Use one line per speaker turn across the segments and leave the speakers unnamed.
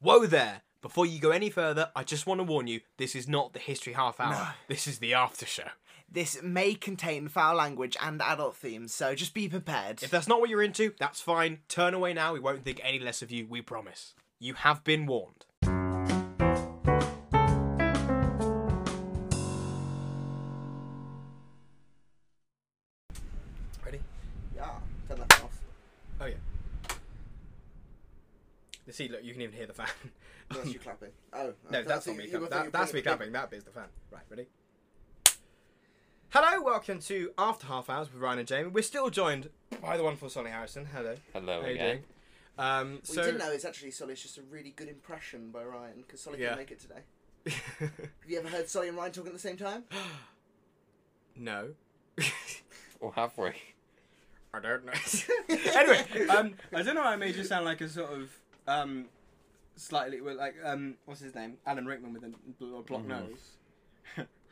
Whoa there! Before you go any further, I just want to warn you this is not the History Half Hour. This is the after show.
This may contain foul language and adult themes, so just be prepared.
If that's not what you're into, that's fine. Turn away now. We won't think any less of you, we promise. You have been warned. Ready?
Ah, turn that off.
Oh, yeah. See, look, you can even hear the fan.
That's you clapping. Oh,
No, that's not me clapping. That, that's me clapping. That bit's the fan. Right, ready? Hello, welcome to After Half Hours with Ryan and Jamie. We're still joined by the wonderful Sonny Harrison. Hello.
Hello
How you
again.
doing? Um,
We
so,
didn't know it's actually Solly's just a really good impression by Ryan because Solly
Yeah.
couldn't make it today. Have you ever heard Solly and Ryan talking at the same time?
no,
Or have we?
I don't know. anyway, um, I don't know. I made you sound like a sort of um, slightly well, like um, what's his name, Alan Rickman with a bl- a block nose.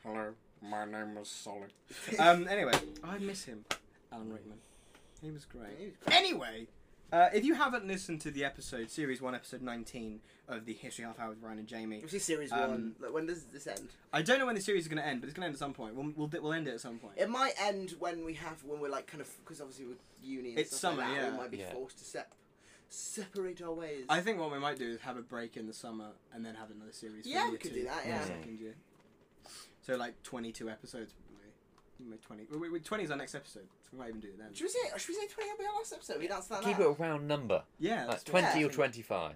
Hello, my name was Solid. um, anyway, I miss him, Alan Rickman. He was great.
He was
Anyway, uh, if you haven't listened to the episode, series one, episode nineteen of the History Half Hour with Ryan and Jamie,
Obviously, series
Um,
one. Like, when does this end?
I don't know when the series is going to end, but it's going to end at some point. We'll, we'll we'll end it at some point.
It might end when we have when we're like kind of because obviously with uni. And
It's
stuff like
summer,
that,
yeah.
We might be
Yeah.
forced to sep- separate our ways.
I think what we might do is have a break in the summer and then have another series.
Yeah,
for year
we could
two,
do that,
for
yeah.
second year. So like twenty-two episodes, probably. Maybe Twenty. we- we- Twenty is our next episode. So we might even do it then.
Should we say? Should we say twenty? That'll be our last episode. We announced that.
Keep it
now.
a round number,
Yeah,
like
that's
do it.
20 or
Yeah.
25.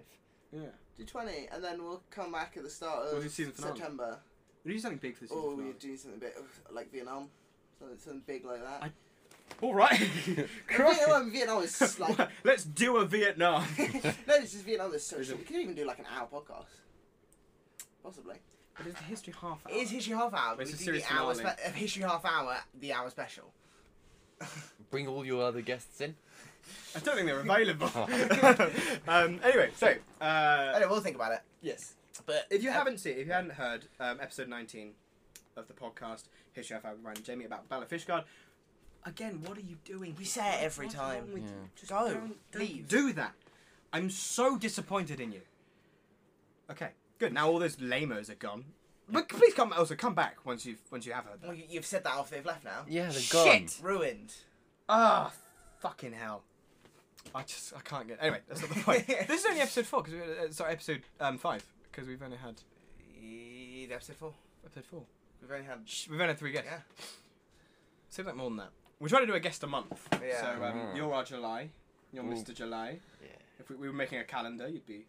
yeah.
Do twenty, and then we'll come back at the start
We'll
of
do season finale.
September.
We do something big for the season.
Or
finale.
we're doing something a bit of, like Vietnam, something, something big like that.
I- All right. Christ.
Vietnam, Vietnam is like
Well, Let's do a Vietnam.
no, this is Vietnam. This so
Is
short.
it-
We could even do like an hour podcast, possibly.
but it's the history half hour.
It is history half hour.
Oh. It's
we
a
do
series
the hour
finale.
spe- of history half hour, the hour special.
Bring all your other guests in.
I don't think they're available. um, anyway, so
I
uh,
don't. We'll think about it.
yes.
But
If you haven't seen, if you hadn't heard um, episode 19 of the podcast, History of Our Ryan and Jamie about Bella Fishguard, again, what are you doing?
We say it every
What's
time.
wrong with you?
Yeah.
Just
Go,
don't, don't
leave.
Do that. I'm so disappointed in you. Okay, good. Now all those lamos are gone. But please come also come back once you've once you have heard
well,
that.
you- you've said that off. They've left now.
Yeah, they're gone.
Shit, ruined.
Ah, fucking hell. I just I can't get anyway. That's not the point. this is only episode four because uh, sorry episode um, five because we've only had
E- Episode four.
episode four.
We've only had.
Shh, We've only had three guests.
Yeah.
Seems like more than that. We're trying to do a guest a month.
Yeah.
So um,
Mm.
you're our July. You're
Ooh.
Mr. July.
Yeah.
If we, we were making a calendar, you'd be.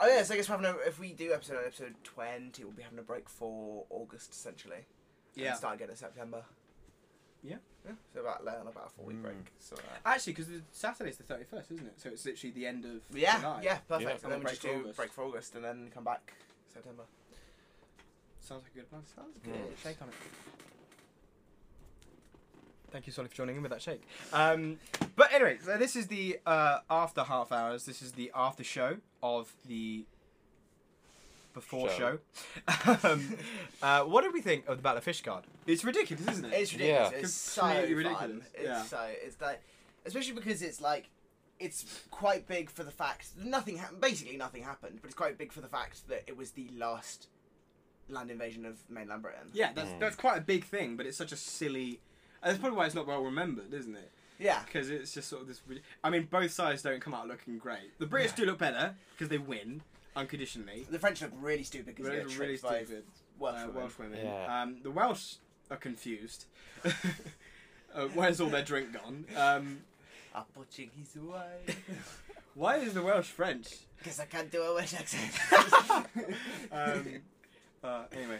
Oh yeah, so I guess we're having a, if we do episode episode twenty, we'll be having a break for August essentially.
Yeah.
And start again in September.
Yeah.
Yeah. So about learn about a four week
Mm.
break. So. Uh,
Actually, because Saturday's the 31st, isn't it? So it's literally the end of
Yeah,
July.
yeah, perfect.
Yeah.
And then we
Break
just
for
do
August.
break for August and then come back September.
Sounds like a good plan. Sounds
good. Mm.
Shake on it. Thank you, Solly, for joining in with that shake. Um, but anyway, so this is the uh, after half hours. This is the after show of the before show.
Show.
um, uh, what did we think of the Battle of Fishguard? It's ridiculous, isn't it?
It's ridiculous.
Yeah.
It's so
Completely
fun.
ridiculous,
It's
yeah.
so it's like especially because it's like it's quite big for the fact nothing happened. Basically, nothing happened, but it's quite big for the fact that it was the last land invasion of mainland Britain.
Yeah, that's
Mm.
that's quite a big thing, but it's such a silly. and That's probably why it's not well remembered, isn't it?
Yeah.
Because it's just sort of this. rid- I mean, both sides don't come out looking great. The British do look better because they win unconditionally.
The French look really stupid because
Really,
they're
really
tricked by
stupid.
Welsh
uh,
women.
Welsh women.
Yeah.
Um, the Welsh are confused. uh, where's all their drink gone? Um,
I'm putting his away
why is the Welsh French?
because I can't do a Welsh accent.
Um, uh, anyway,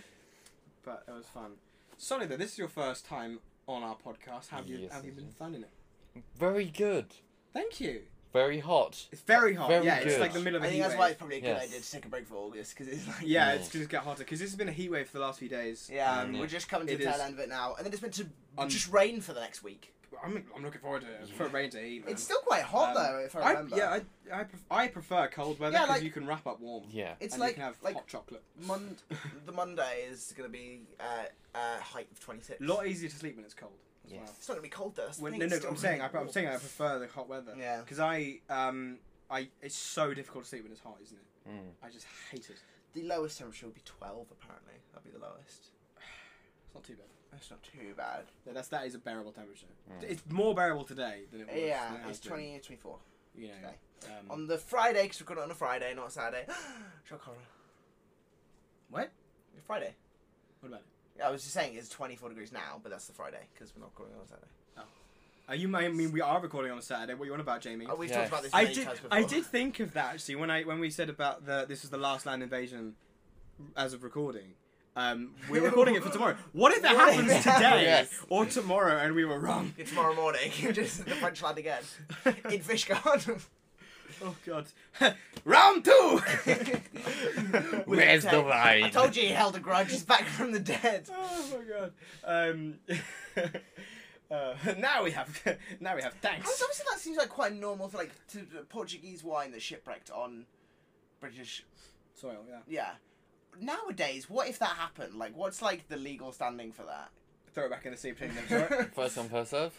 but it was fun. Sorry though, this is your first time on our podcast. Have you
Yes,
have you
it
been
is.
finding it?
Very good.
Thank you.
Very hot.
It's very hot.
Very
yeah, it's
good.
like the middle of a
I
heat
think that's
wave.
why it's probably a good
Yes.
idea to take a break for August because it's like
Yeah,
Yeah.
it's going to get hotter because this has been a heat wave for the last few days.
Yeah,
Um,
we're
yeah.
just coming to
It
the
is-
tail end of it now, and then it's meant to
Un-
just rain for the next week.
I'm, I'm looking forward to it. For rain to heat. man.
It's still quite hot
Um,
though, if I
I,
remember.
yeah, I, I, pref- I prefer cold weather
Yeah,
because
like-
you can wrap up warm.
Yeah.
it's
and you
like
can have
like
hot chocolate.
Mon- the Monday is gonna be uh, uh, height of twenty six.
A lot easier to sleep when it's cold. As
Yes.
well.
It's not gonna be cold though. That's the
When,
thing,
no,
it's
no,
still
I'm saying I,
really
I'm
warm.
saying I prefer the hot weather.
Yeah.
Because I um I it's so difficult to sleep when it's hot, isn't it?
Mm.
I just hate it.
The lowest temperature would be 12, apparently. That'd be the lowest.
It's not too bad.
That's not too bad.
No, That's that is a bearable temperature.
Mm.
It's more bearable today than it was.
yeah,
than it has
it's
been,
20, 24.
You know,
today.
um,
On the Friday, because we've got it on a Friday, not a Saturday. Shock horror.
What?
Friday.
what about it?
Yeah, I was just saying it's 24 degrees now, but that's the Friday, because we're not recording on a Saturday.
Are you? I mean, we are recording on a Saturday. What are you on about, Jamie?
Oh, we've
Yeah.
talked about this
I
many
did.
times before.
I did think of that actually when I when we said about the this was the last land invasion as of recording. Um, we're recording it for tomorrow. What if it
What if
happens
it
today
happens?
or tomorrow and we were wrong?
Yeah, Tomorrow morning, just the French lad again. In Fishguard.
oh God! Round two.
With
Where's
a
the
tape.
ride?
I told you he held a grudge. He's back from the dead.
oh my God! Um, uh, now we have now we have
That's
thanks.
obviously that seems like quite normal for like to the Portuguese wine that shipwrecked on British.
Soil, yeah.
Yeah. Nowadays, what if that happened? Like, what's like the legal standing for that?
Throw it back in the sea between them. sorry.
First come, first serve.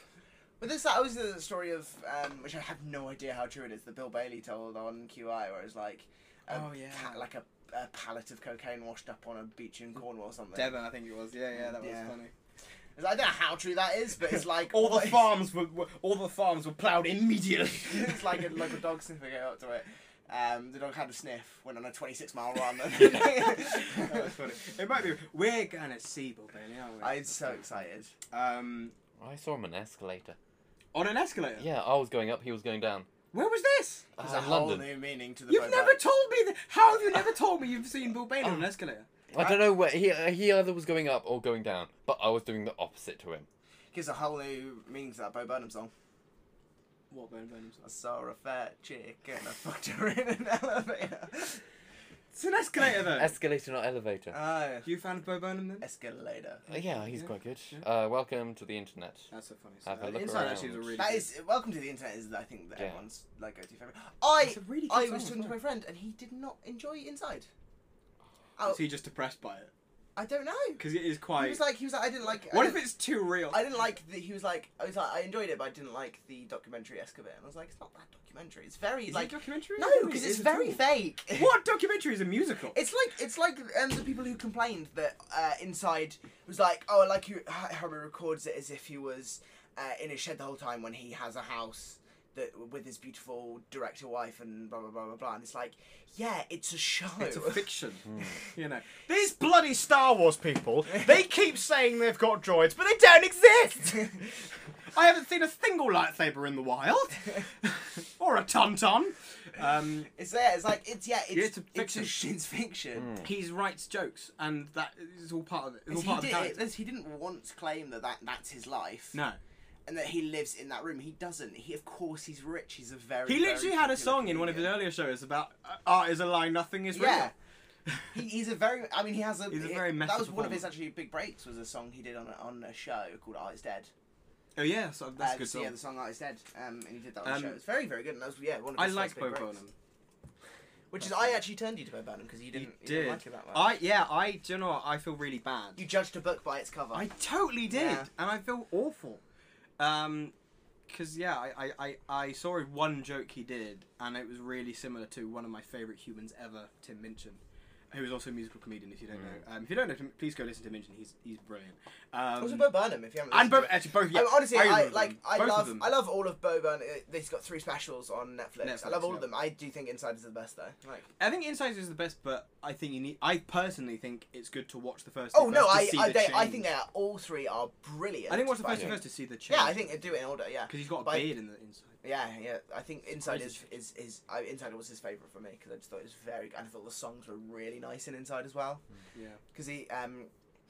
But there's that was the story of um, which I have no idea how true it is that Bill Bailey told on QI, where it was like, a
Oh, yeah.
ca- like a, a pallet of cocaine washed up on a beach in Cornwall or something.
Devon, I think it was. Yeah, yeah, that was
Yeah.
funny.
It's like, I don't know how true that is, but it's like
All the
what-
farms were, were all the farms were ploughed immediately.
it's like a, like a dog sniffing it up to it. Um, the dog had a sniff, went on a 26 mile run.
that was funny. It might be. We're gonna see Bob Bailey, aren't we?
I'm so excited.
Um,
I saw him on an escalator.
on an escalator.
Yeah, I was going up, he was going down.
Where was this?
Uh,
There's a
in
whole
London.
new meaning to the
Ah, You've
Boba.
never told me. That. How have you never told me you've seen Bill Bailey on
Oh.
an escalator?
I don't know where he uh, he either was going up or going down, but I was doing the opposite to him.
Gives a whole new meaning to that Bo Burnham song.
What Burn Burnham's?
I saw a fat chick and I fucked her in an elevator.
It's an escalator though.
Escalator, not elevator.
Oh,
you fan of Bo Burnham then?
escalator.
Uh, yeah, he's
Oh, Yeah,
quite good.
yeah. Oh.
Uh, welcome to the internet.
That's a funny.
Have a
song.
look
Inside actually was a
around.
really.
That
good-
is welcome to the internet. Is I think that
Yeah.
everyone's like go-to favorite.
It's
I
a really good
I
song
was
as
talking to
well.
my friend and he did not enjoy Inside.
Is he just depressed by it?
I don't know.
Because it is
He
quite.
was like he was like I didn't like. I
what if
didn't-
it's too real?
I didn't like the. He was like, I was like, I enjoyed it, but I didn't like the documentary esque of it. And I was like, it's not that documentary. It's very
Is it
like
a documentary?
no,
I don't think
because
it
it's
is at
very
all.
fake.
What documentary is a musical?
It's like it's like um, the people who complained that uh, inside was like, oh, I like you, how how he records it as if he was uh, in his shed the whole time when he has a house that with his beautiful director wife and blah blah blah blah blah. And it's like, yeah, it's a show.
It's a fiction, you know. These bloody Star Wars people, they keep saying they've got droids, but they don't exist! I haven't seen a single lightsaber in the wild. or a tauntaun. Um,
it's there. It's like it's yeah. It's
Yeah, it's a
it's,
fiction.
a, it's fiction.
he writes jokes, and that is all part of it. It's all
Because
part of the
he, did, it,
character.
that's- he didn't once claim that, that that's his life
No.
and that he lives in that room. He doesn't. He of course he's rich. He's a very.
He literally
very
had a
popular
song in one of his
comedian.
earlier shows about uh, art is a lie, nothing is
Yeah.
real.
He, he's a very. I mean, he has a.
He's a
he-
very method
That was one of his
performer.
actually big breaks. Was a song he did on a, on a show called Art Is Dead.
Oh, yeah, so that's
Uh,
a good
so, Yeah,
song.
the song Art Is Dead. Um, and he did that on
Um,
the show. It's very very good. And that was yeah one of
I
his
like
first
Bo
big breaks.
Burnham.
Which is I actually turned you to Bo Burnham because you
You
didn't you
did.
didn't like it that much.
I, yeah, I, do you know what? I feel really bad.
you judged a book by its cover.
I totally did,
Yeah.
and I feel awful. Um, cause yeah, I, I, I, I saw one joke he did, and it was really similar to one of my favorite humans ever, Tim Minchin, who is also a musical comedian. If you don't
Mm.
know, um, if you don't know, Tim- please go listen to Minchin. He's he's brilliant. Um,
also Bo Burnham if you haven't.
and
listened
both
to it.
actually both. Yeah,
I mean, honestly,
both
I
of them.
like. I
Both of
love.
them.
I love all of Bo Burnham. uh, He's got three specials on Netflix. I
Netflix,
love all
yeah.
of them. I do think Inside is the best though. Like.
I think Inside is the best, but I think you need. I personally think it's good to watch the first.
Oh
two
no,
first to
I
see
I,
the
they, I
change.
think they are all three are brilliant.
I think watch the
but
first two
Yeah.
first to see the change.
Yeah, I think do it in order. Yeah.
because he's got a
but-
beard in the inside.
Yeah, yeah. I think Inside
crazy
is, is is I Inside was his favorite for me because I just thought it was very. good. I thought the songs were really nice in Inside as well.
Yeah.
Because he um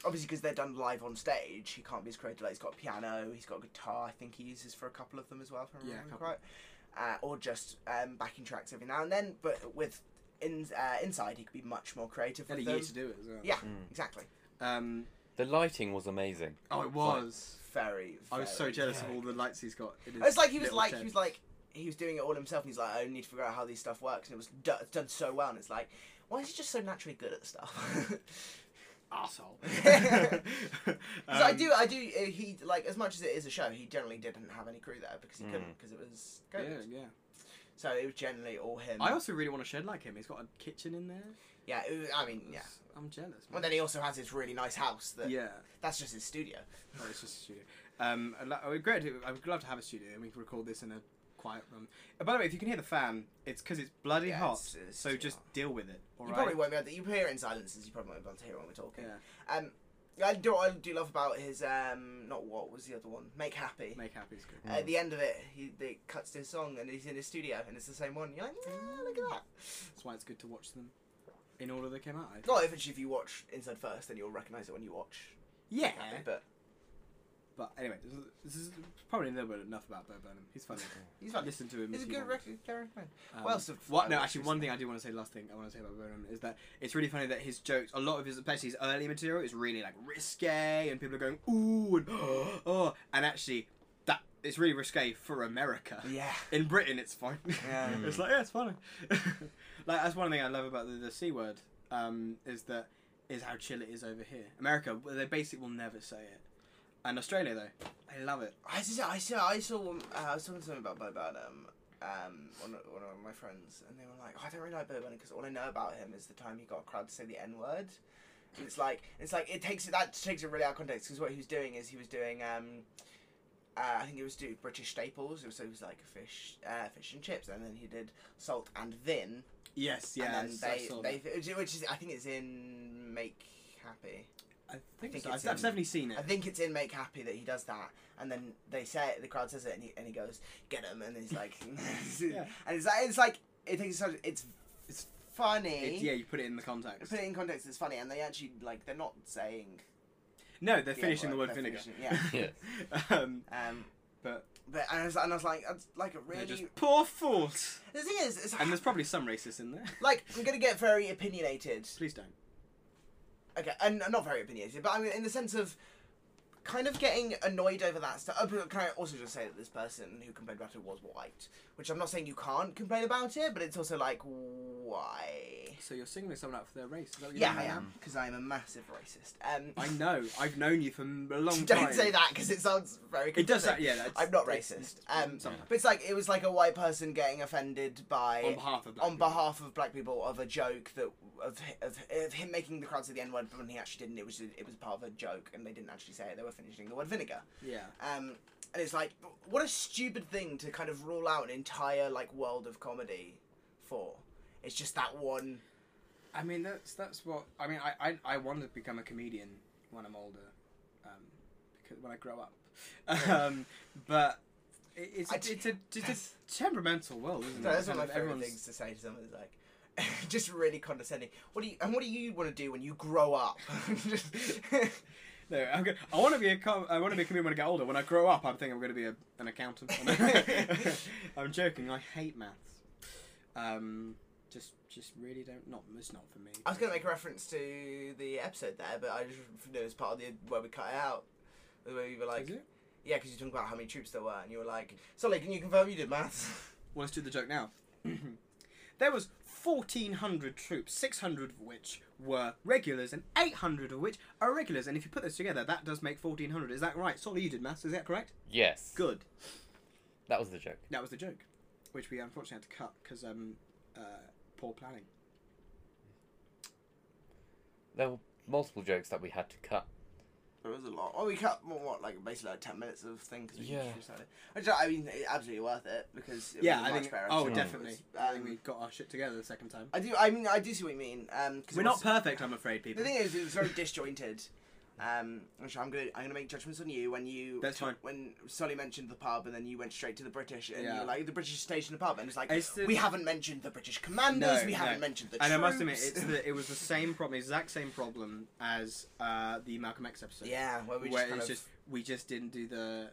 obviously because they're done live on stage, he can't be as creative. Like he's got a piano, he's got a guitar. I think he uses for a couple of them as well, if I
Yeah, a
remember
couple.
right. Uh, or just um, backing tracks every now and then. But with in, uh, Inside, he could be much more creative.
Had a
with
year
them.
to do it as well.
Yeah, exactly.
Um,
The lighting was amazing.
oh, it
Like,
was.
Very.
I was so
very
jealous
good.
of all the lights he's got. in his
It's like he was
little
like
shed.
he was like he was doing it all himself, and he's like, I need to figure out how these stuff works, and it was do- done so well, and it's like, why is he just so naturally good at stuff?
asshole. Um,
'Cause I do, I do. uh, He like as much as it is a show, he generally didn't have any crew there because he couldn't because it was
Mm. Yeah,
COVID.
yeah.
So it was generally all him.
I also really want a shed like him. He's got a kitchen in there.
yeah, it was, I mean, yeah.
I'm jealous.
Well,
Man.
then he also has his really nice house. That
yeah.
that's just his studio.
Oh, it's just a studio. Um, I'd, li- I would great. I would love to have a studio and we can record this in a quiet room. Uh, by the way, if you can hear the fan, it's because it's bloody
Yeah,
hot.
it's- it's
so
too
just
hot.
deal with it. All
You
right.
probably won't be able to. You hear it in silences. You probably won't be able to hear when we're talking.
Yeah.
Um, I do. I do love about his um, not what was the other one? Make happy.
Make happy is good.
At the end of it, he they cuts to his song and he's in his studio and it's the same one. You're like, yeah, look
Mm.
at that.
That's why it's good to watch them in order they came out. I-
Not eventually if you watch Inside first, then you'll recognise it when you watch.
Yeah.
Make Happy, but
But anyway, this is, this is probably a little bit enough about Bo Burnham. He's funny.
he's
But
funny.
listen to him.
He's a
if you
good
want.
record. Man.
Um,
What else have
What?
I
No,
watched
actually, one
recently?
thing I do want to say. Last thing I want to say about Bonham is that it's really funny that his jokes, a lot of his, especially his early material, is really like risque, and people are going ooh and oh, and actually, that it's really risque for America.
Yeah.
In Britain, it's fine.
Yeah.
it's like yeah, it's funny. like that's one thing I love about the, the c word um, is that is how chill it is over here. America, well, they basically will never say it, and Australia though, they love it.
I saw, I saw, I saw. one- Uh, I was talking to someone about Bo Burnham, um, one of, one of my friends, and they were like, oh, "I don't really like Bo Burnham because all I know about him is the time he got a crowd to say the N word." And it's like, it's like it takes it that takes it really out of context because what he was doing is he was doing, um, uh, I think it was do British staples. It was, so it was like fish, uh, fish and chips, and then he did salt and vin,
Yes, yeah.
and
I
then
saw
they,
that.
they, which is I think it's in Make Happy.
I think,
think
so.
it's
I've, I've
in-
definitely seen it.
I think it's in Make Happy that he does that, and then they say it, the crowd says it, and he, and he goes, "Get him!" and he's like, and it's like it's like it takes such it's it's funny.
It- yeah, you put it in the context.
Put it in context, it's funny, and they actually like they're not saying
No, they're
Yeah,
finishing the
well,
word
they're
vinegar.
finishing- yeah.
um,
um,
But-
but and I was, and I was like it's like a
they're
really
just poor fools.
the thing is it's
And there's probably some racists in there.
like I'm gonna get very opinionated.
Please don't.
Okay, and and not very opinionated, but I mean in the sense of. Kind of getting annoyed over that stuff. Oh, but Can I also just say that this person who complained about it was white? Which I'm not saying you can't complain about it, but it's also like, why?
So you're singling someone out for their race. Is that what you're
Yeah,
doing
I
now?
am, because I am a massive racist. Um,
I know. I've known you for m- a long time.
Don't say that because it sounds very.
It does.
confusing.
Sound, yeah, that's,
I'm not
it's-
racist.
it's-
Um,
sometimes.
But it's like it was like a white person getting offended by
on behalf of. black
on
people.
behalf of black people of a joke that of hi- of, of him making the crowd say the n word, but when he actually didn't, it was it was part of a joke, and they didn't actually say it. They were finishing the word vinegar.
Yeah.
Um, and it's like what a stupid thing to kind of rule out an entire like world of comedy for. It's just that one.
I mean, that's that's what I mean. I I, I want to become a comedian when I'm older, um, because when I grow up. Um, but it, it's
I
a,
d-
it's a it's a temperamental world, isn't it?
That's one
Kind of
of my favorite
everyone's-
things to say to someone. Is like. just really condescending. What do you and what do you want to do when you grow up? Just-
No, I'm gonna, I want to be a com- I want to be a comedian when I get older. When I grow up, I think I'm going to be a, an accountant. I'm joking. I hate maths. Um, just just really don't. Not it's not for me.
I was going to make a reference to the episode there, but I just noticed part of the where we cut it out. Where you were like,
Is it?
yeah, because you talking about how many troops there were, and you were like, Solly, can you confirm you did maths?
Well, let's do the joke now. there was 1,400 troops, 600 of which were regulars, and 800 of which are regulars. And if you put those together, that does make 1,400. Is that right? Solly, you did maths. Is that correct?
Yes.
Good.
That was the joke.
That was the joke, which we unfortunately had to cut because um, uh, poor planning.
There were multiple jokes that we had to cut.
There was a lot. Oh, we cut what, what like basically like ten minutes of thing because we
Yeah.
just decided. Which, I mean, it- absolutely worth it because it
yeah,
was
I
a much
think.
better.
Oh,
episode.
definitely.
It was,
I think
um,
we got our shit together the second time.
I do. I mean, I do see what you mean. Um, cause it
We're not
was-
perfect, I'm afraid,
The
people.
thing is, it was very disjointed. Um, which I'm gonna I'm gonna make judgments on you when you
That's fine.
when Sully mentioned the pub and then you went straight to the British and
Yeah.
you're like the British station pub and it's like
It's the-
we haven't mentioned the British commanders
No,
we
no.
haven't mentioned the
And I must admit,
troops.
it's the, it was the same problem, exact same problem as uh, the Malcolm X episode.
yeah where we just,
where
kind
it's
of,
just we just didn't do the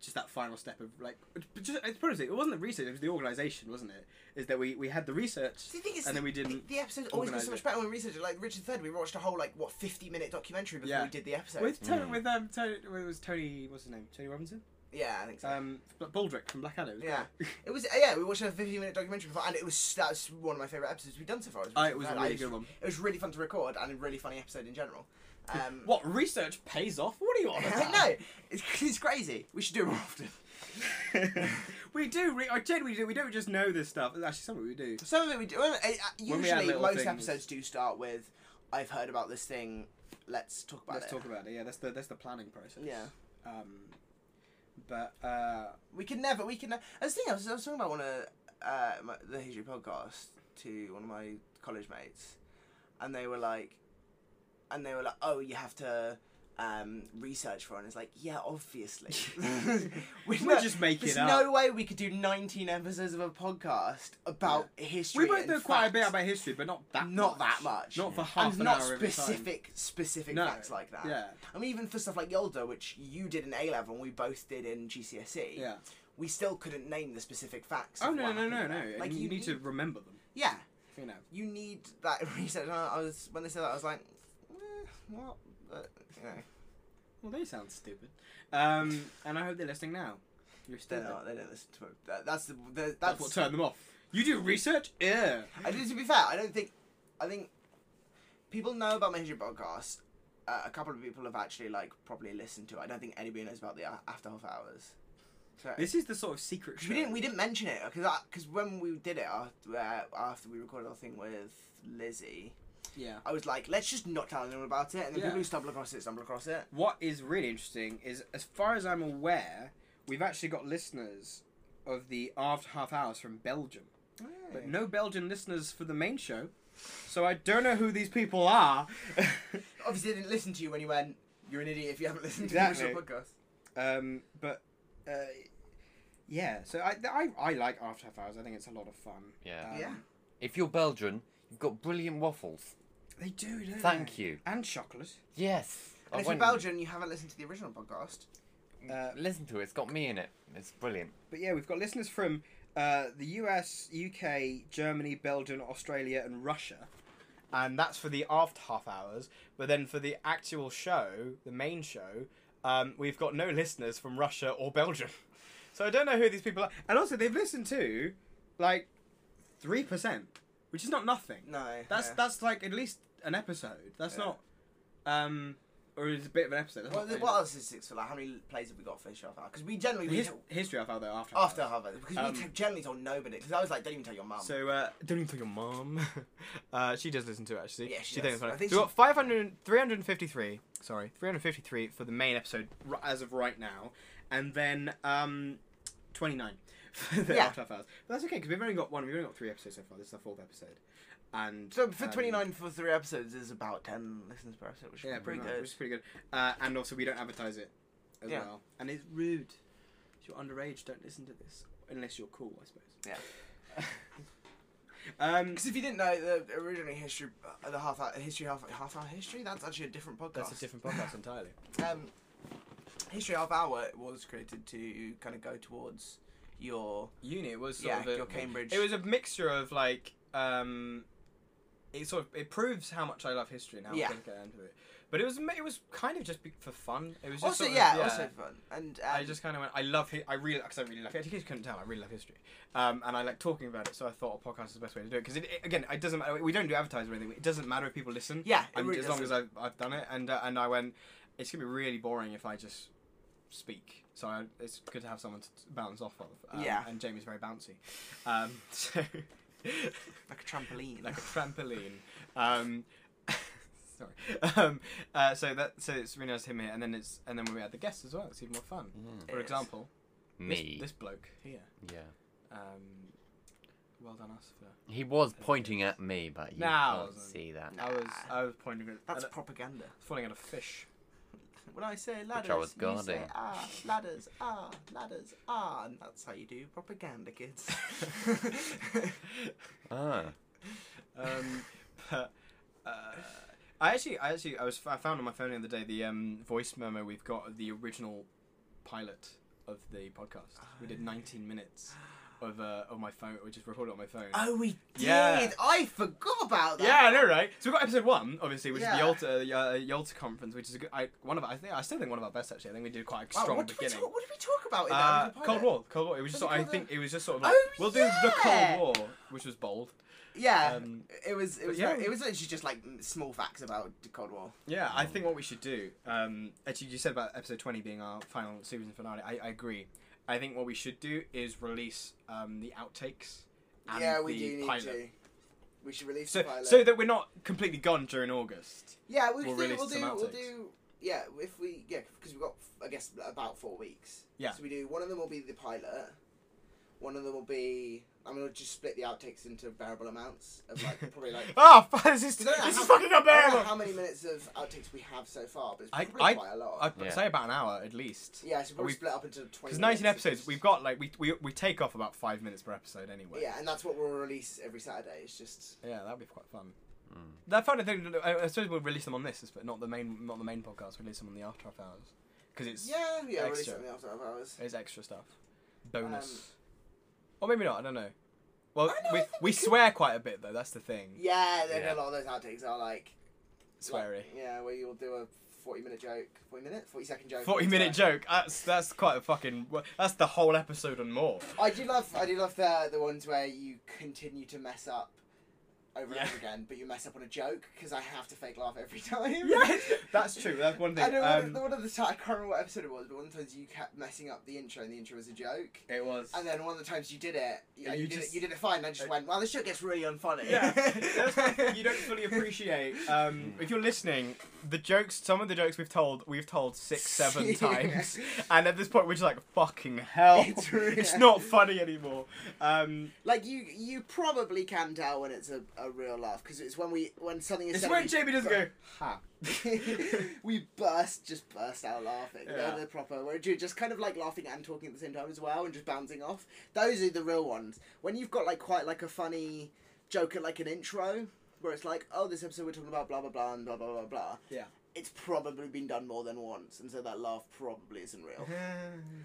just that final step of like but just, it's probably it wasn't the research it was the organization wasn't it is that we we had the research
See, the thing is,
and then we
the-
didn't
the episode always got
organise
so much
it.
better when we researched it. like Richard III we watched a whole like what 50 minute documentary before
Yeah.
we did the episode
with Tony,
Mm.
with um Tony, it was Tony what's his name Tony Robinson
yeah I think so
um B- Baldrick from Black Adder
Yeah. it was yeah we watched a 50 minute documentary before and it was that's one of my favourite episodes we've done so far
oh, it was a
Richard III.
really
I-
good one
it was really fun to record and a really funny episode in general um,
what research pays off what do you want
I know. It's, it's crazy. We should do it more often.
we do. Re- I tell you, we do. We don't just know this stuff. It's actually something we do.
Some of it we do. well, uh, uh,
When we add
Usually,
little
most
things.
episodes do start with, "I've heard about this thing. Let's talk about
Let's
it."
talk about it. Yeah, that's the that's the planning process.
Yeah.
Um, but uh,
We can never. We can. Ne- That's the thing. I was, I was talking about one of uh, my, the history podcast to one of my college mates, and they were like, and they were like, "Oh, you have to." Um, research for it, and it's like, yeah, obviously.
we
know-
just make
There's
it
no
up.
way we could do 19 episodes of a podcast about history.
we both
and
know quite a
facts.
bit about history, but not that much.
not that much.
Not for half
and
an
not
hour every time.
specific specific
No.
facts like that.
Yeah,
I mean, even for stuff like Yolda, which you did in A level and we both did in GCSE,
yeah.
we still couldn't name the specific facts.
Oh
of
no
what
no no
happened
no!
there.
Like you, need to remember them.
Yeah,
You know.
you need that research. And I I was when they said that, I was like, eh, what? But, you know,
Well, they sound stupid. Um, and I hope they're listening now. You're still.
they're not. They don't listen to it. That, that's the. the that's,
That's, what turned them off. You do research? Yeah.
I did. To be fair, I don't think. I think people know about my history podcast. Uh, a couple of people have actually like properly listened to it. I don't think anybody knows about the uh, after half hours. So
This is the sort of secret.
we didn't we didn't mention it because because when we did it after uh, after we recorded our thing with Lizzie,
Yeah.
I was like, let's just not tell anyone about it, and then
Yeah.
people who stumble across it stumble across it.
What is really interesting is, as far as I'm aware, we've actually got listeners of the after half hours from Belgium, but no Belgian listeners for the main show. So I don't know who these people are.
Obviously, they didn't listen to you when you went. You're an idiot if you haven't listened to the
Exactly.
original podcast.
um, but uh, yeah, so I, I I like after half hours. I think it's a lot of fun.
Yeah.
Um,
Yeah.
If you're Belgian, you've got brilliant waffles.
They do. Don't
Thank
they?
you.
And chocolate.
Yes.
And if you're Belgian, you haven't listened to the original podcast.
Mm.
Uh,
listen to it. It's got me in it. It's brilliant.
But yeah, we've got listeners from uh, the US, UK, Germany, Belgium, Australia, and Russia. And that's for the after half hours. But then for the actual show, the main show, um, we've got no listeners from Russia or Belgium. So I don't know who these people are. And also, they've listened to like 3%, which is not nothing.
No,
That's
yeah.
that's like at least an episode. That's
Yeah.
not. Um, or it's a bit of an episode. That's
What,
not
what else is six for? Like, how many plays have we got for History Half Hour? Because we generally we
His,
told-
history of though after half
after
hours.
Harvard because
Um,
we t- generally told nobody. Because I was like, don't even tell your mum.
So uh, don't even tell your mom. uh, she does listen to it actually.
Yeah, she
thinks it's
does. I
funny.
think
so
she-
we've got 500, 353, Sorry, three hundred fifty-three for the main episode r- as of right now, and then um, twenty-nine for the
Yeah.
after half hours. But that's okay because we've only got one. We've only got three episodes so far. This is the fourth episode, and
So for
um,
twenty nine for three episodes is about ten listens per episode, which
yeah,
is pretty
much,
good.
Which is pretty good. Uh, and also, we don't advertise it as
Yeah.
well, and it's rude. If you're underage, don't listen to this unless you're cool, I suppose.
Yeah.
um,
Because if you didn't know, the originally history, uh, the half hour history, half half hour history. That's actually a different podcast.
that's a different podcast entirely.
um, history half hour was created to kind of go towards your
uni it was sort
yeah
of a,
your Cambridge.
it was a mixture of like um it sort of it proves how much i love history and how
Yeah.
i think i into it but it was ma- it was kind of just be- for fun it was just
also
sort of-
yeah, also fun and um,
I just kind of went. I love. Hi- I really because I really love. it. In case you couldn't tell, I really love history, um, and I like talking about it. So I thought a podcast is the best way to do it because it, it- again, it doesn't matter. We don't do advertising or anything. It doesn't matter if people listen.
Yeah, it
I'm-
really
as long as
doesn't.
I've, I've done it, and uh, and I went. It's gonna be really boring if I just speak. So I, it's good to have someone to bounce off of. Um,
Yeah.
and Jamie's very bouncy, um, so
like a trampoline.
like a trampoline. Um, sorry. Um, uh, so that so it's really nice to him here, and then it's and then when we had the guests as well, it's even more fun.
It
For
is.
example,
Me.
this, this bloke here.
Yeah.
Um, well done us for.
He was pointing at me, but you
No, I
can't
wasn't.
see that.
No.
I was I was pointing at
that's
at a-
propaganda.
falling at a fish.
When I say ladders,
I was
you say
guarding.
ah, ladders, ah, ladders, ah, and that's how you do propaganda, kids.
Ah.
Um, but uh, I actually I actually I was I found on my phone the other day the um, voice memo we've got of the original pilot of the podcast.
Ah,
We did 19 minutes of uh, of my phone, which is recorded on my phone.
oh, we did.
Yeah.
I forgot about that.
Yeah, I know, right? So we've got episode one, obviously, which
Yeah.
is the Yalta, the, uh, Yalta conference, which is a good, I, one of I think I still think one of our best actually. I think we did quite a
Wow,
strong
what, did we
beginning.
talk, what did we talk about in
Uh,
that?
Cold War, Cold War. It was
Was
just.
it
sort- I
Cold
think it was just sort of. Like,
Oh,
we'll do the
yeah!
Cold War, which was bold.
Yeah,
Um,
it was. It was.
yeah.
It was literally just like m- small facts about the Cold War.
Yeah, I think what we should do. Um, actually, you said about episode twenty being our final series and finale. I, I agree. I think what we should do is release um, the outtakes and
yeah,
the
we do need
pilot.
to. We should release
So,
the pilot.
so that we're not completely gone during August.
yeah, we
we'll
will do.
release
We'll
some
do. We'll
outtakes.
do. Yeah, if we yeah, because we've got I guess about four weeks.
Yeah.
So we do. One of them will be the pilot. One of them will be. I'm gonna just split the outtakes into variable amounts of like probably like.
Ah, fuck, this is
I don't know
this
how-
is fucking
I don't know
unbearable.
how many minutes of outtakes we have so far, but it's
I-
probably
I-
quite a lot.
I'd
Yeah.
say about an hour at least.
yeah, so
Are
we'll
we-
split up into twenty.
Because 19
minutes.
episodes, we've got like we, we we take off about five minutes per episode anyway.
Yeah, and that's what we'll release every Saturday. It's just
Yeah, that'd be quite fun. That fun thing. I I suppose we'll release them on this, but not the main, not the main podcast. We'll release them on the after hours because it's
yeah, yeah, release
extra.
something after hours.
it's extra stuff, bonus, or maybe not. I don't know. Well,
I know, I
we,
think
we
we could-
swear quite a bit though. That's the thing.
Yeah, then
Yeah.
a lot of those outtakes are like
Sweary.
like- yeah, where you'll do a forty-minute joke, forty-minute, forty-second joke.
Forty-minute
Sorry.
joke. That's that's quite a fucking. That's the whole episode and more.
I do love, I do love the the ones where you continue to mess up over
Yeah.
and over again, but you mess up on a joke because I have to fake laugh every time.
that's true. That's one
I
thing.
know
Um,
one, of, one of the time, I can't remember what episode it was, but one of the times you kept messing up the intro, and the intro was a joke.
it was.
And then one of the times you did it, you,
And
you
you
did
just-
it, you did it fine. And I just
Uh,
went, "Wow, this shit gets really unfunny."
Yeah, that's what you don't fully appreciate. Um, if you're listening, the jokes, some of the jokes we've told, we've told six, seven
Yeah.
times, and at this point we're just like, "Fucking hell,
It's
it's,
really-
not funny anymore." Um,
Like you, you probably can tell when it's a, a real laugh because it's when we when something is.
it's
said
when
and
Jamie doesn't go, "Ha."
we- we burst, just burst out laughing.
Yeah.
They're the proper where you're just kind of like laughing and talking at the same time as well, and just bouncing off. Those are the real ones. When you've got like quite like a funny joke at like an intro, where it's like, oh, this episode we're talking about blah blah blah and blah blah blah blah.
Yeah.
It's probably been done more than once, and so that laugh probably isn't real.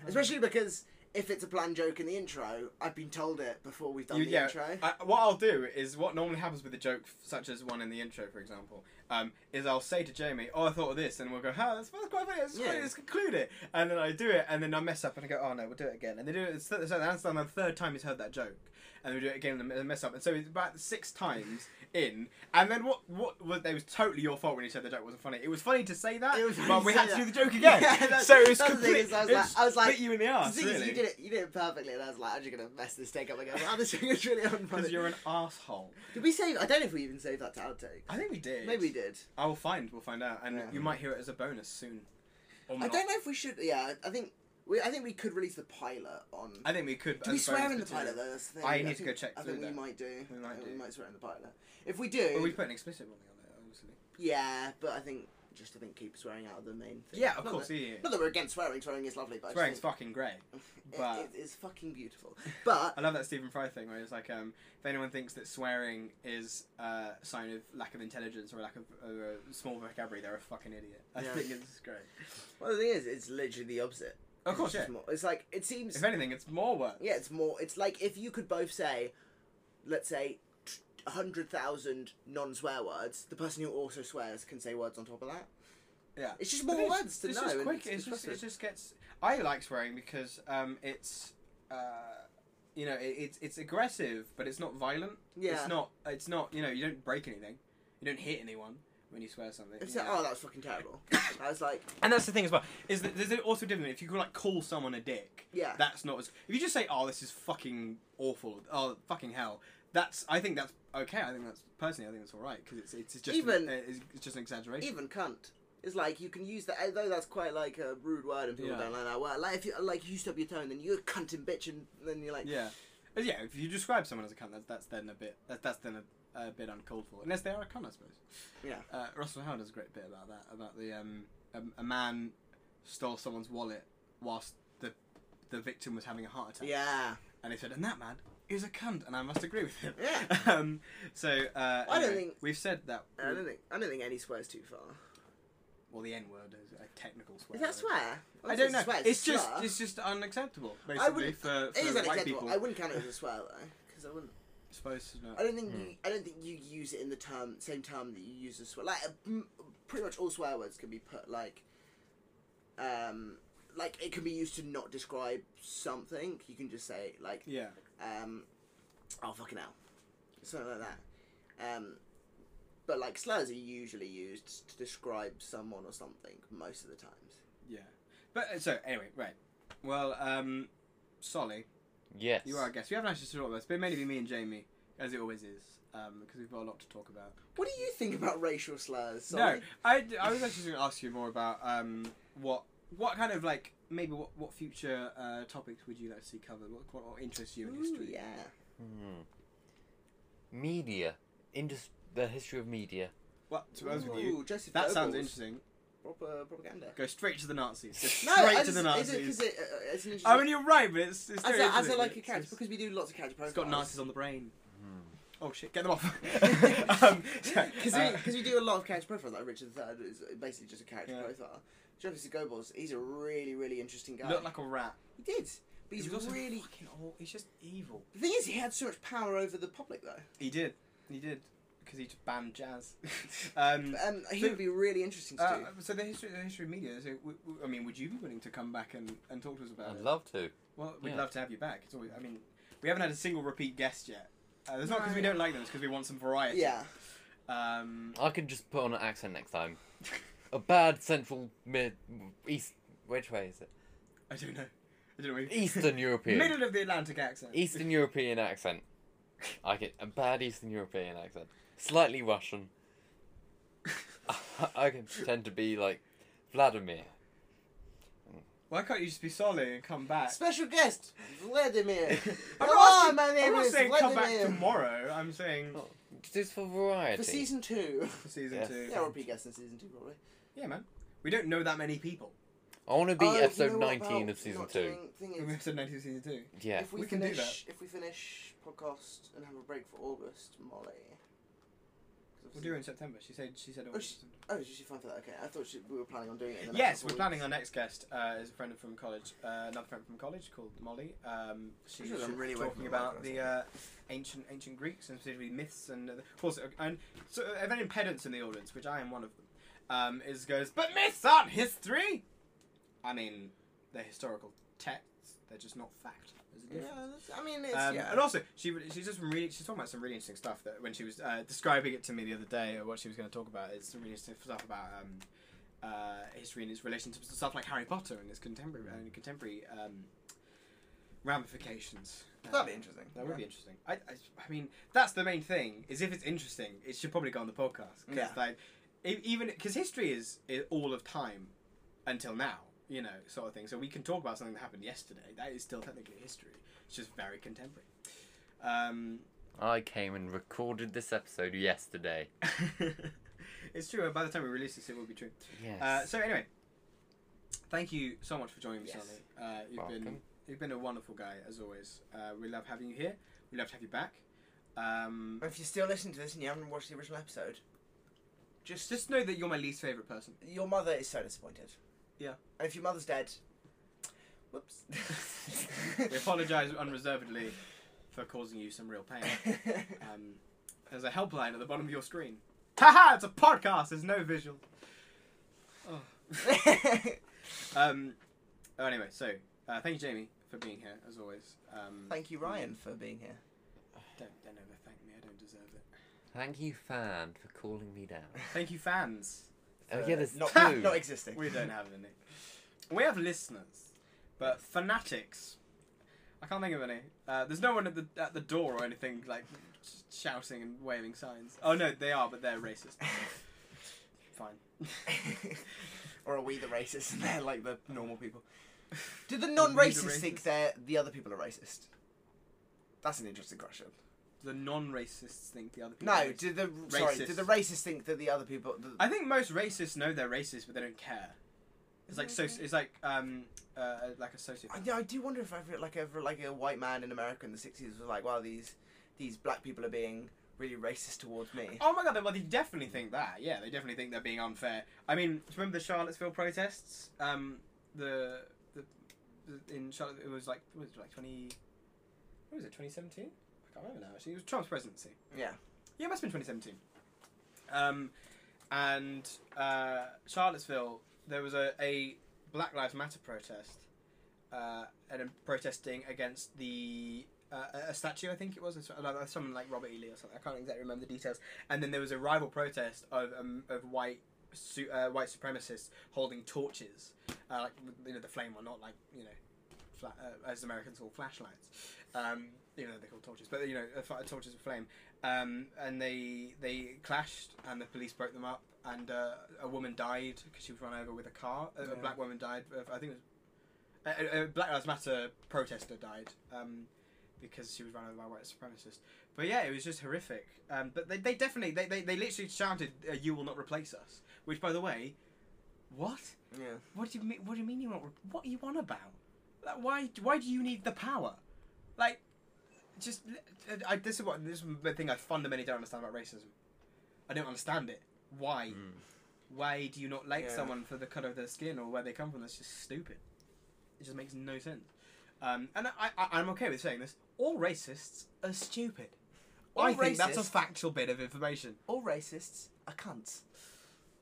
Especially because if it's a planned joke in the intro, I've been told it before we've done
You-
the
yeah,
intro.
I, what I'll do is what normally happens with a joke, f- such as one in the intro, for example, um, is I'll say to Jamie, "Oh, I thought of this," and we'll go, "Huh, that's, that's quite funny. That's
Yeah.
funny. Let's conclude it." And then I do it, and then I mess up, and I go, "Oh no, we'll do it again." And they do it. So that's the third time he's heard that joke, and we do it again, and they mess up. And so it's about six times in, and then what? What? was it was totally your fault when you said the joke wasn't funny. It was funny to say that,
It was funny
but
to
we
say
had
that.
to do the joke again.
Yeah, that's-
so it was
that's the thing
complete.
is I was
it
like- I was like-
bit you in the
The
ass,
thing is,
really,
you did it, you did it perfectly, and I was like, I'm just gonna mess this take up again. Wow, "Oh, this thing is really
because
unfunny.
you're an asshole.
Did we save? I don't know if we even saved that to outtake.
I think we did.
Maybe we did.
I will find. We'll find out, and
Yeah.
you might hear it as a bonus soon. Or
I
not.
don't know if we should. Yeah, I think we. I think we could release the pilot on.
I think we could.
do we
as
swear
bonus
in the
material.
pilot though? That's the thing.
I need to
think-
go check
I
through
think we
that.
might do.
We might
I think We
do.
might swear in the pilot. If we do,
Well, we put an explicit warning on it, obviously.
yeah, but I think just I think keep swearing out of the main thing.
Yeah, of
Not
course.
That,
Yeah, yeah.
not that we're against swearing. Swearing is lovely, but I just
Swearing's
think
fucking great.
it-
but-
it- it's fucking beautiful. But
I love that Stephen Fry thing where it's like, um, if anyone thinks that swearing is a sign of lack of intelligence or lack of uh, small vocabulary, they're a fucking idiot. I
Yeah.
think it's great.
Well, the thing is, it's literally the opposite.
Of course,
it's
yeah.
just More, it's like it seems.
If anything, it's more work.
yeah, it's more. It's like if you could both say, let's say, hundred thousand non-swear words, the person who also swears can say words on top of that.
Yeah.
It's just
But
more
it's-
words to
it's
know.
Just
and
quick. It's,
it's-
just,
it's
it just gets. I like swearing because um, it's, uh, you know, it, it's it's aggressive, but it's not violent.
Yeah.
It's not. It's not. You know, you don't break anything. You don't hit anyone when you swear something.
It's
you
like,
know.
oh, that was fucking terrible. I was like,
And that's the thing as well is that there's also different. If you could like call someone a dick,
yeah,
that's not as. If you just say, "Oh, this is fucking awful," "Oh, fucking hell," that's. I think that's okay. I think that's personally, I think that's all right because it's it's just an-
Even-
it's, it's just an exaggeration.
even cunt. It's like you can use that, although that's quite like a rude word and people
Yeah.
don't like that word. Like if you like you stub your toe, and then you're a cunt and bitch, and then you're like,
Yeah, But yeah. If you describe someone as a cunt, that's, that's then a bit that, that's then a, a bit uncalled for, unless they are a cunt, I suppose.
Yeah.
Uh, Russell Howard has a great bit about that about the um a, a man stole someone's wallet whilst the the victim was having a heart attack,
yeah.
and he said, and that man is a cunt, and I must agree with him.
Yeah.
um. So uh,
I don't
anyway,
think-
we've said that.
I don't think I don't think any swears too far.
well, the N word is a technical swear.
Is that
word.
swear?
I don't know.
swear,
It's
a
just
slur.
it's just unacceptable
I
basically
wouldn't-
for, for
It is
white
unacceptable.
people.
I wouldn't count it as a swear though, because I wouldn't.
supposed to know.
I don't think you, I don't think you use it in the term same term that you use as swear. Like uh, m- pretty much all swear words can be put like, um, like it can be used to not describe something. You can just say like,
Yeah.
um, oh fucking hell, something like that. Um, but like slurs are usually used to describe someone or something most of the times.
Yeah. But uh, so anyway, right. Well, um, Solly,
Yes.
you are a guest. We haven't actually talked about this, but it may be me and Jamie, as it always is, because we've got a lot to talk about.
What do you think about racial slurs? Sorry.
No, I, I was actually going to ask you more about um, what what kind of like maybe what what future uh, topics would you like to see covered? What what, what interests you in
Ooh,
history?
yeah.
Hmm. Media. Indus- the history of media.
Well, to be honest with you,
Ooh, Joseph
that sounds
Goebbels.
interesting.
Proper propaganda.
Go straight to the Nazis. Just
No,
straight
I
to the
just-
Nazis.
Is it, 'cause it, uh, it's an interesting.
I mean, you're right, but it's, it's
as a, as a,
stereotypical,
like a
it's-
character,
it's-
because we do lots of character profiles.
it's got Nazis on the brain.
Hmm.
Oh shit! Get them off.
Because
uh,
we, 'cause we do a lot of character profiles. Like Richard III is basically just a character
Yeah.
profile. Joseph Goebbels, he's a really, really interesting guy.
look like a rat.
he did, but
He
he's
was also
really.
fucking old. He's just evil.
The thing is, he had so much power over the public, though.
He did. He did because he just banned jazz. um,
Um, he
So-
would be really interesting to
uh,
do.
so the history, the history of media. So w- w- I mean, would you be willing to come back and, and talk to us about
I'd
it?
love to.
well, we'd
yeah.
love to have you back. It's always, I mean, we haven't had a single repeat guest yet. Uh, that's not because we
No.
don't like them. It's because we want some variety.
Yeah.
Um,
I could just put on an accent next time. A bad central mid east. Which way is it?
I don't know. I don't know. what-
Eastern European.
Middle of the Atlantic accent.
Eastern European accent. I get a bad Eastern European accent. Slightly Russian. I can pretend to be like Vladimir.
Why can't you just be solid and come back?
Special guest, Vladimir.
I'm
Hello,
not, asking-
my name
I'm not
is
saying come back
Vladimir.
tomorrow. I'm saying
Oh, Just for variety.
For season two.
for season
Yes.
two.
Yeah, I'll be guessing season two, probably.
Yeah, man. We don't know that many people.
I want to be
Oh, you
episode
know what
19
about
of season
not
2.
doing- thing is,
We have said 19 season two.
Yeah.
If we,
We can do
finish, if we finish podcast and have a break for August, Molly. 'Cause
We'll do it in September. She said. She said.
Oh, she- Oh, she should find for that. Okay, I thought she, we were planning on doing it. In the next
Yes,
couple
we're
of
planning
weeks.
our next guest uh, is a friend from college, uh, another friend from college called Molly. Um, she-
This
she's
is a really
talking
welcome
about
podcast,
the uh, ancient ancient Greeks and specifically myths and uh, of course uh, and so uh, if any pedants in the audience, which I am one of them, um, is goes but myths aren't history. I mean, they're historical texts; they're just not fact. There's a difference.
Yeah, that's- I mean, it's
Um,
yeah.
And also, she she's just really she's talking about some really interesting stuff that when she was uh, describing it to me the other day, or what she was going to talk about, is some really interesting stuff about um, uh, history and its relation to stuff like Harry Potter and its contemporary and contemporary um, ramifications.
That'd be
Um,
interesting.
That would be interesting. I, I, I mean, that's the main thing. Is if it's interesting, it should probably go on the podcast. 'cause,
Yeah.
Like, e- even because history is, is all of time until now, you know, sort of thing. So we can talk about something that happened yesterday. That is still technically history. It's just very contemporary. Um,
I came and recorded this episode yesterday.
it's true. and By the time we release this, it will be true.
Yes.
Uh, so anyway, thank you so much for joining me,
Yes.
Sonny. Uh, you've been
Welcome.
you've been a wonderful guy as always. Uh, we love having you here. We love to have you back. Um,
If you're still listening to this and you haven't watched the original episode,
just just know that you're my least favorite person.
your mother is so disappointed.
Yeah.
And if your mother's dead, whoops.
We apologise unreservedly for causing you some real pain. Um, there's a helpline at the bottom of your screen. Haha! It's a podcast. There's no visual. Oh. um. Oh, anyway, so uh, thank you, Jamie, for being here as always. Um,
Thank you, Ryan, for being here.
Don't don't ever thank me. I don't deserve it.
Thank you, fan, for calling me down.
Thank you, fans.
Oh,
For
yeah, there's
not,
two.
not existing.
We don't have any. We have listeners, but fanatics. I can't think of any. Uh, there's no one at the at the door or anything like sh- shouting and waving signs. Oh no, they are, but they're racist. Fine.
or are we the racists and they're like the normal people? Do
we
the
the
non-racists
racists?
think they're the other people are racist? That's an interesting question.
the non-racists think the other people. are
No,
racist.
do the sorry, do
Racist.
the racists think that the other people? The,
I think most racists know they're racist, but they don't care. It's like so. It's like um uh, like a sociopath.
I, I do wonder if ever like ever like a white man in America in the sixties was like, wow, these these black people are being really racist towards me.
Oh my god, they, well, they definitely think that. Yeah, they definitely think they're being unfair. I mean, do you remember the Charlottesville protests? Um, the, the, the in Charlotte, it was like what was it like twenty? What was it? Twenty seventeen? I can't remember now. Actually, it was Trump's presidency.
Yeah.
Yeah, it must have been twenty seventeen. Um, and uh, Charlottesville, there was a, a Black Lives Matter protest, uh, and um, protesting against the uh, a- a statue, I think it was, and so- like, someone like Robert E. Lee or something. I can't exactly remember the details. And then there was a rival protest of um, of white su- uh, white supremacists holding torches, uh, like you know the flame or not, like you know fla- uh, as Americans call flashlights. Um, you know they're called torches, but you know uh, fi- torches of flame. Um, and they they clashed, and the police broke them up. And uh, a woman died because she was run over with a car. A- A
Yeah.
black woman died. uh, I think it was a, a- a Black Lives Matter protester died um, because she was run over by a white supremacists. But yeah, it was just horrific. Um, but they, they definitely they, they, they literally shouted, uh, "You will not replace us." Which, by the way, what?
Yeah.
What do you mean? What do you mean you want? What are you on about? Like, why? Why do you need the power? Like, just uh, I, this is what this is the thing I fundamentally don't understand about racism. I don't understand it. Why? Why do you not like
Yeah.
someone for the colour of their skin or where they come from? That's just stupid. It just makes no sense. Um, and I, I, I'm okay with saying this. All racists are stupid.
All
I think that's a
racists-
factual bit of information.
All racists are cunts.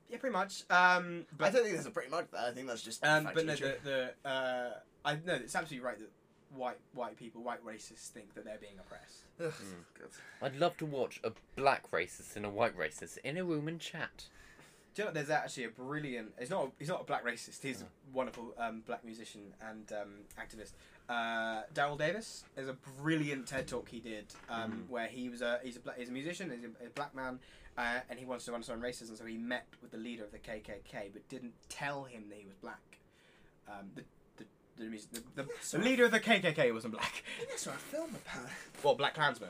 Yeah, pretty much. Um, but
I don't think there's a pretty much that. I think that's just.
Um, but
factually
no,
true.
the, the uh, I no, it's absolutely right that white white people, white racists, think that they're being oppressed.
Ugh,
Mm.
God.
I'd love to watch a black racist and a white racist in a room and chat.
Do you know there's actually a brilliant? He's not. He's not a black racist. He's a wonderful um, black musician and um, activist. Uh, Daryl Davis. There's a brilliant TED talk he did um, where he was a he's a black, he's a musician. He's a, a black man, uh, and he wants to understand racism. So he met with the leader of the KKK, but didn't tell him that he was black. Um, the, the, the, mus- the, the,
That's
the
right.
leader of the KKK wasn't black.
I think I saw a film about it.
Well, Black Klansman.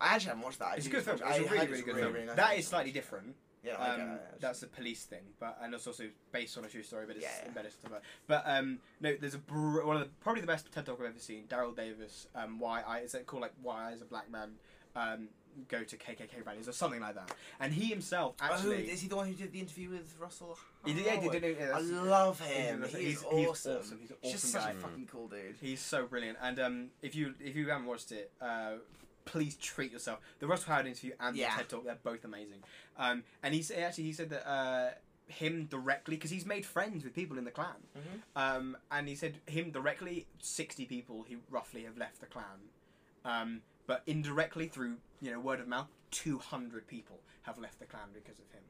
I actually haven't watched that. I
It's a
do
good film. It's
watch-
a
I
really,
heard
really
it's
good
really,
film.
really nice.
That is slightly different.
Yeah, I get
Um,
that, actually.
that's the police thing, but and it's also based on a true story, but it's
Yeah.
embedded stuff. like- But um, no, there's a br- one of the probably the best TED talk I've ever seen. Daryl Davis, um, why I is it called like why I as a black man um, go to KKK rallies or something like that, and he himself actually. Oh,
oh, is he the one who did the interview with Russell?
he did- yeah, he did-
Howard?
did- yeah,
I
that's-
love
he's-
him. He's,
he's- he's
awesome.
awesome. He's an
He's just
awesome
such a
guy.
fucking cool dude.
He's so brilliant, and um, if you if you haven't watched it, uh, please treat yourself. The Russell Howard interview and
Yeah.
the TED Talk, they're both amazing. Um, and he sa- actually he said that uh, him directly because he's made friends with people in the clan,
Mhm.
um, and he said him directly sixty people who roughly have left the clan, um, but indirectly through you know word of mouth, two hundred people have left the clan because of him,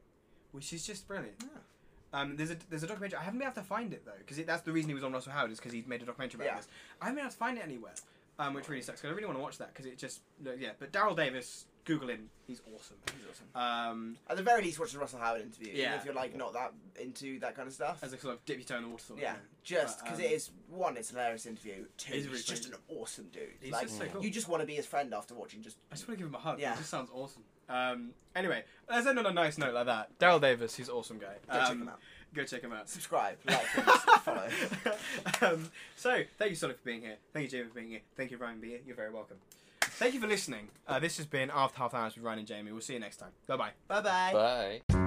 which is just brilliant.
Yeah.
Um, there's a there's a documentary. I haven't been able to find it though, because that's the reason he was on Russell Howard is because he'd made a documentary about
Yeah.
this. I haven't been able to find it anywhere, um, which really sucks. Because I really want to watch that because it just no, yeah. But Daryl Davis, Google him. He's awesome.
He's awesome.
Um,
At the very least, watch the Russell Howard interview. even
Yeah.
if you're like not that into that kind of stuff.
as a sort of dip your toe in the water sort of
Yeah,
thing.
just
But,
because
um,
it is one, it's an hilarious interview. Two,
He's
he's,
really
just an
funny.
awesome dude.
He's
like
just so cool.
you just want to be his friend after watching. Just
I just want to give him a hug.
Yeah.
It just sounds awesome. Um, anyway, let's end on a nice note like that. Daryl Davis, he's an awesome guy.
go check
Um,
him out.
Go check him out.
Subscribe, like, and follow.
um, so, thank you, Solid, for being here. Thank you, Jamie, for being here. Thank you, Ryan, for being here. You're very welcome. Thank you for listening. Uh, this has been After Half Hours with Ryan and Jamie. We'll see you next time. Bye bye.
Bye bye.
Bye.